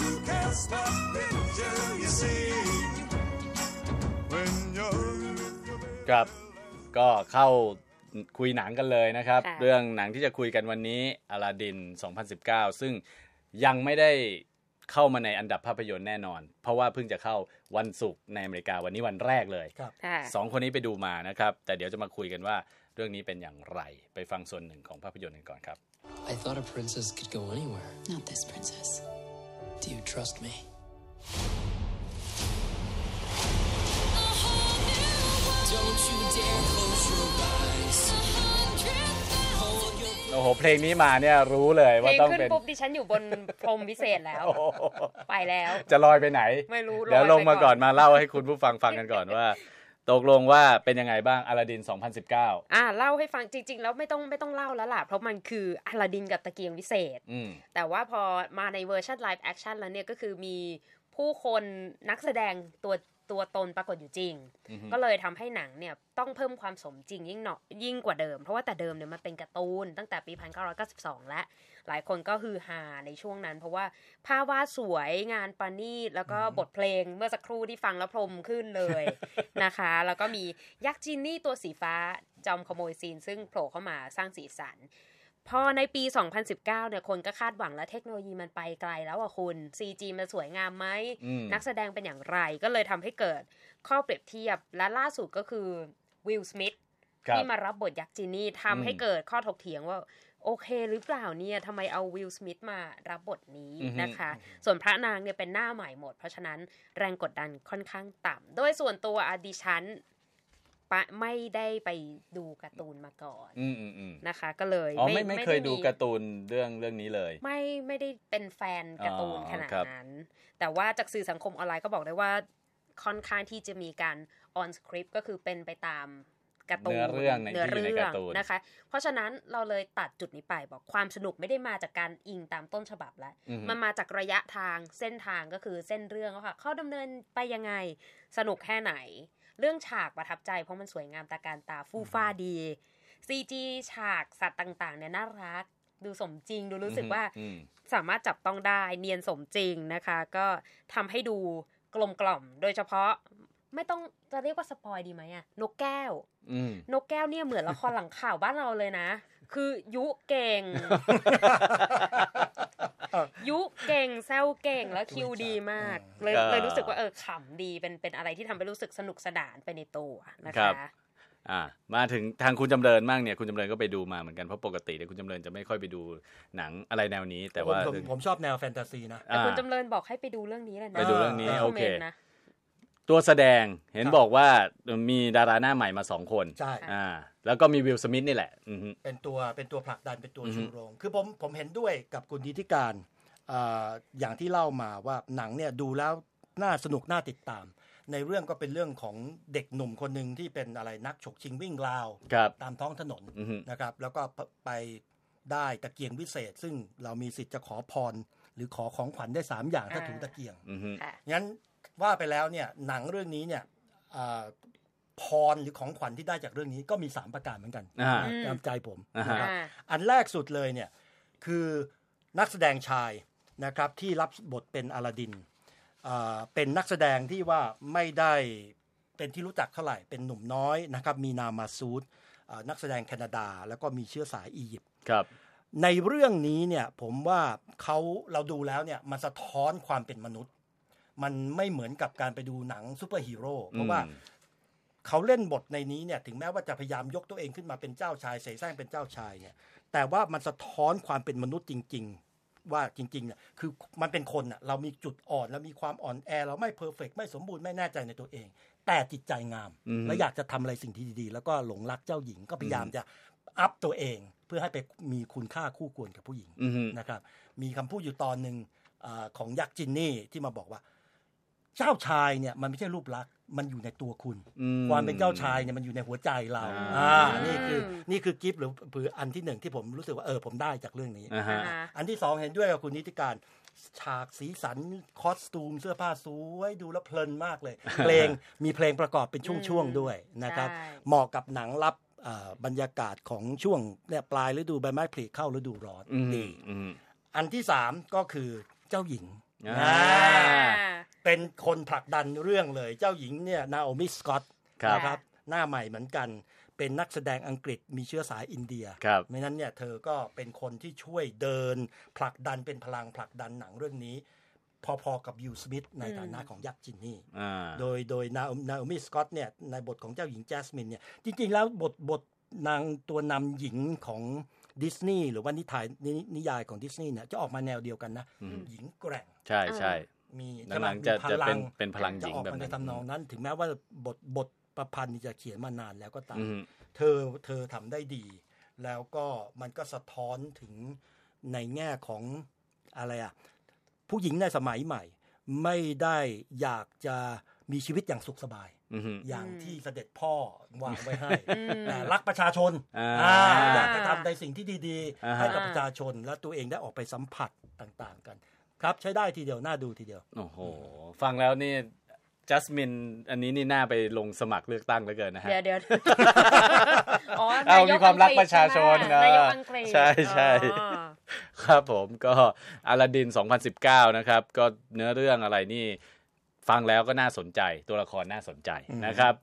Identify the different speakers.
Speaker 1: just a picture you see when you're with your baby.
Speaker 2: ครับก็เข้าคุยหนังกันเลยนะครับ
Speaker 3: ค่ะ
Speaker 2: เรื่องหนังที่จะคุยกันวันนี้อลาดิน 2019 ซึ่งยังไม่ได้เข้ามาในอันดับภาพยนตร์แน่นอน เพราะว่าเพิ่งจะเข้าวันศุกร์ในอเมริกาวันนี้วันแรกเลย
Speaker 4: ครับ
Speaker 3: ค่ะ
Speaker 2: สองคนนี้ไปดูมานะครับ แต่เดี๋ยวจะมาคุยกันว่าเรื่องนี้เป็นอย่างไรไปฟังส่วนหนึ่งของภาพยนตร์กันก่อนครับ
Speaker 5: I thought a princess could go anywhere.
Speaker 6: Not this princess.
Speaker 5: Do you trust me? Don't you dare close your eyes. Hold your
Speaker 2: โอ้โหเพลงนี้มาเนี่ยรู้เลย
Speaker 3: เพล
Speaker 2: ว่าง ต้อง
Speaker 3: ขึ้น
Speaker 2: เป็น
Speaker 3: ปุ๊บดิฉันอยู่บ นพรมวิเศษแล้ว
Speaker 2: โอ้โห
Speaker 3: ไปแล้ว
Speaker 2: จะลอยไปไหน
Speaker 3: ไม่รู้
Speaker 2: เดี๋ยวลงมาก่อน
Speaker 3: ยไป
Speaker 2: มาเล่าให้คุณผู้ฟังฟังกันก่อนว่า ตกลงว่าเป็นยังไงบ้างอลาดิน 2019
Speaker 3: อ่าเล่าให้ฟังจริง ๆ แล้วไม่ต้องไม่ต้องเล่าแล้วล่ะ เพราะมันคืออลาดินกับตะเกียงวิเศษ
Speaker 2: อืม
Speaker 3: แต่ว่าพอมาในเวอร์ชันไลฟ์แอคชั่นแล้วเนี่ยก็คือมีผู้คนนักแสดงตัวตัวตนปรากฏอยู่จริง ก็เลยทำให้หนังเนี่ยต้องเพิ่มความสมจริงยิ่งเนาะยิ่งกว่าเดิม เพราะว่าแต่เดิมเนี่ยมันเป็นการ์ตูนตั้งแต่ปี 1992 และหลายคนก็ฮือฮาในช่วงนั้น เพราะว่าภาพวาดสวยงานประณีตแล้วก็บทเพลงเมื่อสักครู่ที่ฟังแล้วพรมขึ้นเลย นะคะ แล้วก็มียักษ์จินนี่ตัวสีฟ้าจอมขโมยซีนซึ่งโผล่เข้ามาสร้างสีสัน พอในปี 2019 เนี่ย คนก็คาดหวังแล้วเทคโนโลยีมันไปไกลแล้วอะคุณ CG มันสวยงามไหม
Speaker 2: อืม
Speaker 3: นักแสดงเป็นอย่างไรก็เลยทำให้เกิดข้อเปรียบเทียบ และล่าสุดก็คือวิลสมิธ
Speaker 2: ครับ
Speaker 3: ที่มารับบทยักษ์จีนี่ทำให้เกิดข้อถกเถียงว่า โอเคหรือเปล่าเนี่ยทำไมเอาวิลสมิธมารับบทนี้
Speaker 2: อือฮึ
Speaker 3: นะคะ ส่วนพระนางเนี่ยเป็นหน้าใหม่หมด เพราะฉะนั้นแรงกดดันค่อนข้างต่ำโดยส่วนตัวอะดิฉันปะไม่ได้ไปดูการ์ตูนมาก่อน
Speaker 2: อืมอืมอืม
Speaker 3: นะคะก็เลย
Speaker 2: อ๋อไม่ไม่เคย
Speaker 3: ด้
Speaker 2: ดู
Speaker 3: มี
Speaker 2: การ์ตูนเรื่องเรื่องนี้เลย
Speaker 3: ไม่ไม่ได้เป็นแฟนการ์ตูน
Speaker 2: อ๋อ
Speaker 3: ขนาด
Speaker 2: ครับ
Speaker 3: นั้น แต่ว่าจากสื่อสังคมออนไลน์ก็บอกได้ว่าค่อนข้างที่จะมีการออนสคริปต์ก็คือเป็นไปตามการ์ตูน
Speaker 2: เนื้อเรื่องใน
Speaker 3: เนื้อ
Speaker 2: ที่อยู่
Speaker 3: เรื่อก
Speaker 2: ในาง ร์ตูน
Speaker 3: นะคะ เพราะฉะนั้นเราเลยตัดจุดนี้ไปบอกความสนุกไม่ได้มาจากการอิงตามต้นฉบับแล้ว
Speaker 2: อืม
Speaker 3: มันมาจากระยะทางเส้นทางก็คือเส้นเรื่องว่าค่ะเขาดำเนินไปยังไงสนุกแค่ไหน เรื่องฉากประทับใจเพราะมันสวยงามตาการตาฟูฟ้าดี CG ฉากสัตว์ต่างๆเนี่ยน่ารัก ดูสมจริง ดูรู้สึกว่า
Speaker 2: อืม
Speaker 3: สามารถจับต้องได้เนียนสมจริงนะคะ ก็ทำให้ดูกลมกล่อม โดยเฉพาะไม่ต้องจะเรียกว่าสปอยดีไหมอะนกแก้ว
Speaker 2: อืม
Speaker 3: นกแก้วเนี่ยเหมือนละครหลังข่าวบ้านเราเลยนะ คือยุเก่ง ยุเก่งแซวเก่งแล้วคิวดีมาก เลย
Speaker 2: อ่า
Speaker 3: เลยรู้สึกว่าเออขำดีเป็นเป็นอะไรที่ทำให้รู้สึกสนุกสนานไปในตัวนะ
Speaker 2: ครั
Speaker 3: คะ
Speaker 2: บ อ่ามาถึงทางคุณจำเริญบ้างเนี่ยคุณจำเริญก็ไปดูมาเหมือนกันเพราะปกติเนี่ยคุณจำเริญจะไม่ค่อยไปดูหนังอะไรแนวนี้ แต่ว่า
Speaker 4: ผมผมผมชอบแนวแฟนตาซีนะ
Speaker 3: แต่คุณ
Speaker 2: อ่า
Speaker 3: จำเริญบอกให้ไปดูเรื่องนี้เลยนะ
Speaker 2: ไปดูเรื่องนี้
Speaker 3: ไม่
Speaker 2: โอเค
Speaker 3: มมนต์นะ
Speaker 2: ตัวแสดงเห็น
Speaker 4: ครับ
Speaker 2: บอกว่ามีดาราหน้าใหม่มาสองคน
Speaker 4: ใช่
Speaker 2: อ่า แล้วก็มีวิลสมิธนี่แหละ อืมฮึ
Speaker 4: เป็นตัวเป็นตัวผลักดันเป็นตัว
Speaker 2: อือฮึ
Speaker 4: ชูโรง คือผมผมเห็นด้วยกับคุณนิติการอ่าอย่างที่เล่ามาว่าหนังเนี่ยดูแล้วน่าสนุกน่าติดตาม ในเรื่องก็เป็นเรื่องของเด็กหนุ่มคนหนึ่งที่เป็นอะไรนักฉกชิงวิ่งราว
Speaker 2: ครับ
Speaker 4: ตามท้องถนน
Speaker 2: อือฮึ
Speaker 4: นะครับ แล้วก็ไปได้ตะเกียงวิเศษ ซึ่งเรามีสิทธิ์จะขอพร หรือขอของขวัญได้สามอย่างถ้า
Speaker 3: อ่า
Speaker 4: ถือตะเกียง
Speaker 2: อืมฮึ
Speaker 3: ค่ะ
Speaker 4: งั้นว่าไปแล้วเนี่ยหนังเรื่องนี้เนี่ยอ่าพรหรือของขวัญที่ได้จากเรื่องนี้ก็มี 3 ประการเหมือนกัน
Speaker 2: อ่า
Speaker 3: อืม
Speaker 4: ตามใจผม
Speaker 2: อ่าฮะ
Speaker 4: นะครับ
Speaker 3: อ่า
Speaker 4: อันแรกสุดเลยเนี่ยคือนักแสดงชายนะครับที่รับบทเป็นอลาดินอ่าเป็นนักแสดงที่ว่าไม่ได้เป็นที่รู้จักเท่าไหร่เป็นหนุ่มน้อยนะครับมีนามมาซูดอ่านักแสดงแคนาดา แล้วก็มีเชื้อสายอียิปต์
Speaker 2: ครับ
Speaker 4: ในเรื่องนี้เนี่ยผมว่าเขาเราดูแล้วเนี่ยมันสะท้อนความเป็นมนุษย์ มันไม่เหมือนกับการไปดูหนังซูเปอร์ฮีโร่เพราะว่า
Speaker 2: อืม
Speaker 4: เขาเล่นบทในนี้เนี่ยถึงแม้ว่าจะพยายามยกตัวเองขึ้นมาเป็นเจ้าชายเสแสร้งเป็นเจ้าชายเนี่ยแต่ว่ามันสะท้อนความเป็นมนุษย์จริง ๆ ว่าจริงๆเนี่ยคือมันเป็นคนน่ะเรามีจุดอ่อนเรามีความอ่อนแอ เราไม่เพอร์เฟกไม่สมบูรณ์ไม่แน่ใจในตัวเอง แต่จิตใจงาม
Speaker 2: อืม
Speaker 4: และอยากจะทำอะไรสิ่งที่ดีๆ แล้วก็หลงรักเจ้าหญิงก็พยายามจะอัพตัวเอง เพื่อให้ไปมีคุณค่าคู่ควรกับผู้หญิง
Speaker 2: อืมฮึ
Speaker 4: นะครับมีคำพูดอยู่ตอนหนึ่งอาของยักษ์จินนี่ที่มาบอกว่า เจ้าชายเนี่ยมันไม่ใช่รูปลักษณ์มันอยู่ในตัวคุณ
Speaker 2: อืม
Speaker 4: ความเป็นเจ้าชายเนี่ยมันอยู่ในหัวใจเรา
Speaker 2: อ่า
Speaker 4: อ่านี่คือนี่คือกิฟต์หรือผืออันที่หนึ่งที่ผมรู้สึกว่าเออผมได้จากเรื่องนี้
Speaker 2: อ่าฮะ
Speaker 3: อ่า
Speaker 4: อันที่สองเห็นด้วยกับคุณนิติการฉากสีสันคอสตูม เสื้อผ้าสวยดูแล้วเพลินมากเลย เพลงมีเพลงประกอบเป็นช่วง
Speaker 3: อืม
Speaker 4: ๆด้วยนะครับ
Speaker 3: ใช่
Speaker 4: เหมาะกับหนังรับอ่าบรรยากาศของช่วงเนี่ยปลายฤดูใบไม้ผลิเข้าฤดูร้อน
Speaker 2: อืม
Speaker 4: ดี
Speaker 2: อืม
Speaker 4: อันที่สามก็คือเจ้าหญิง
Speaker 2: อ่า
Speaker 4: อ่า
Speaker 3: อ่า
Speaker 4: เป็นคนผลักดันเรื่องเลย เจ้าหญิงเนี่ยนาโอมิสกอต
Speaker 2: ครับ
Speaker 4: นะหน้าใหม่เหมือนกัน เป็นนักแสดงอังกฤษมีเชื้อสายอินเดีย
Speaker 2: ครับ
Speaker 4: ไม่นั้นเนี่ยเธอก็เป็นคนที่ช่วยเดิน ผลักดันเป็นพลังผลักดันหนังเรื่องนี้ พอๆกับยูสมิธในฐานะของยักษ์จินนี่
Speaker 2: อ่า
Speaker 4: โดยโดยนานาโอมิสกอตเนี่ยในบทของเจ้าหญิงแจสมินเนี่ยจริง ๆ แล้วบทบทนางตัวนำหญิงของดิสนีย์หรือว่านิทานนนิยายของดิสนีย์เนี่ยจะออกมาแนวเดียวกันนะ
Speaker 2: อืม
Speaker 4: หญิงแกร่ง
Speaker 2: ใช่ใช่
Speaker 4: มี
Speaker 2: หลังๆจะ
Speaker 4: มีพ
Speaker 2: จะ
Speaker 4: ลั
Speaker 2: เป็น
Speaker 4: ง
Speaker 2: เป็นพลังห
Speaker 4: จะ
Speaker 2: ญิง
Speaker 4: ออก
Speaker 2: แบบ
Speaker 4: มาใน
Speaker 2: นั้น
Speaker 4: ทำนองนั้น ถึงแม้ว่าบทบทประพันธ์นี่จะเขียนมานานแล้วก็ตาม
Speaker 2: อืม
Speaker 4: เธอเธอทำได้ดี แล้วก็มันก็สะท้อนถึงในแง่ของอะไรอะผู้หญิงในสมัยใหม่ ไม่ได้อยากจะมีชีวิตอย่างสุขสบาย
Speaker 2: อืม
Speaker 4: อย่างที่เสด็จพ่อวางไว้ให้
Speaker 3: อืม
Speaker 4: แต่รักประชาชน
Speaker 2: อ่า
Speaker 4: อ่าอยากจะทำในสิ่งที่ดี
Speaker 2: อ่าฮะ
Speaker 4: ๆให้กับประชาชน และตัวเองได้ออกไปสัมผัสต่างๆกัน ครับใช้ได้ทีเดียวน่าดูทีเดียว
Speaker 2: โอ้โห ฟังแล้วนี่จัสมินอันนี้นี่น่าไปลงสมัครเลือกตั้งเหลือเกินนะฮะ
Speaker 3: เดี๋ยวเดี๋ยวอ๋อ
Speaker 2: เอามีความรัก
Speaker 3: นย
Speaker 2: ประชาชน
Speaker 3: ใไหมนายกอังกฤษ
Speaker 2: ใช่ใช่
Speaker 3: อ๋อ
Speaker 2: ครับผมก็อลาดิน 2019 นะครับ ก็เนื้อเรื่องอะไรนี่ ฟังแล้วก็น่าสนใจตัวละครน่าสนใจนะครับ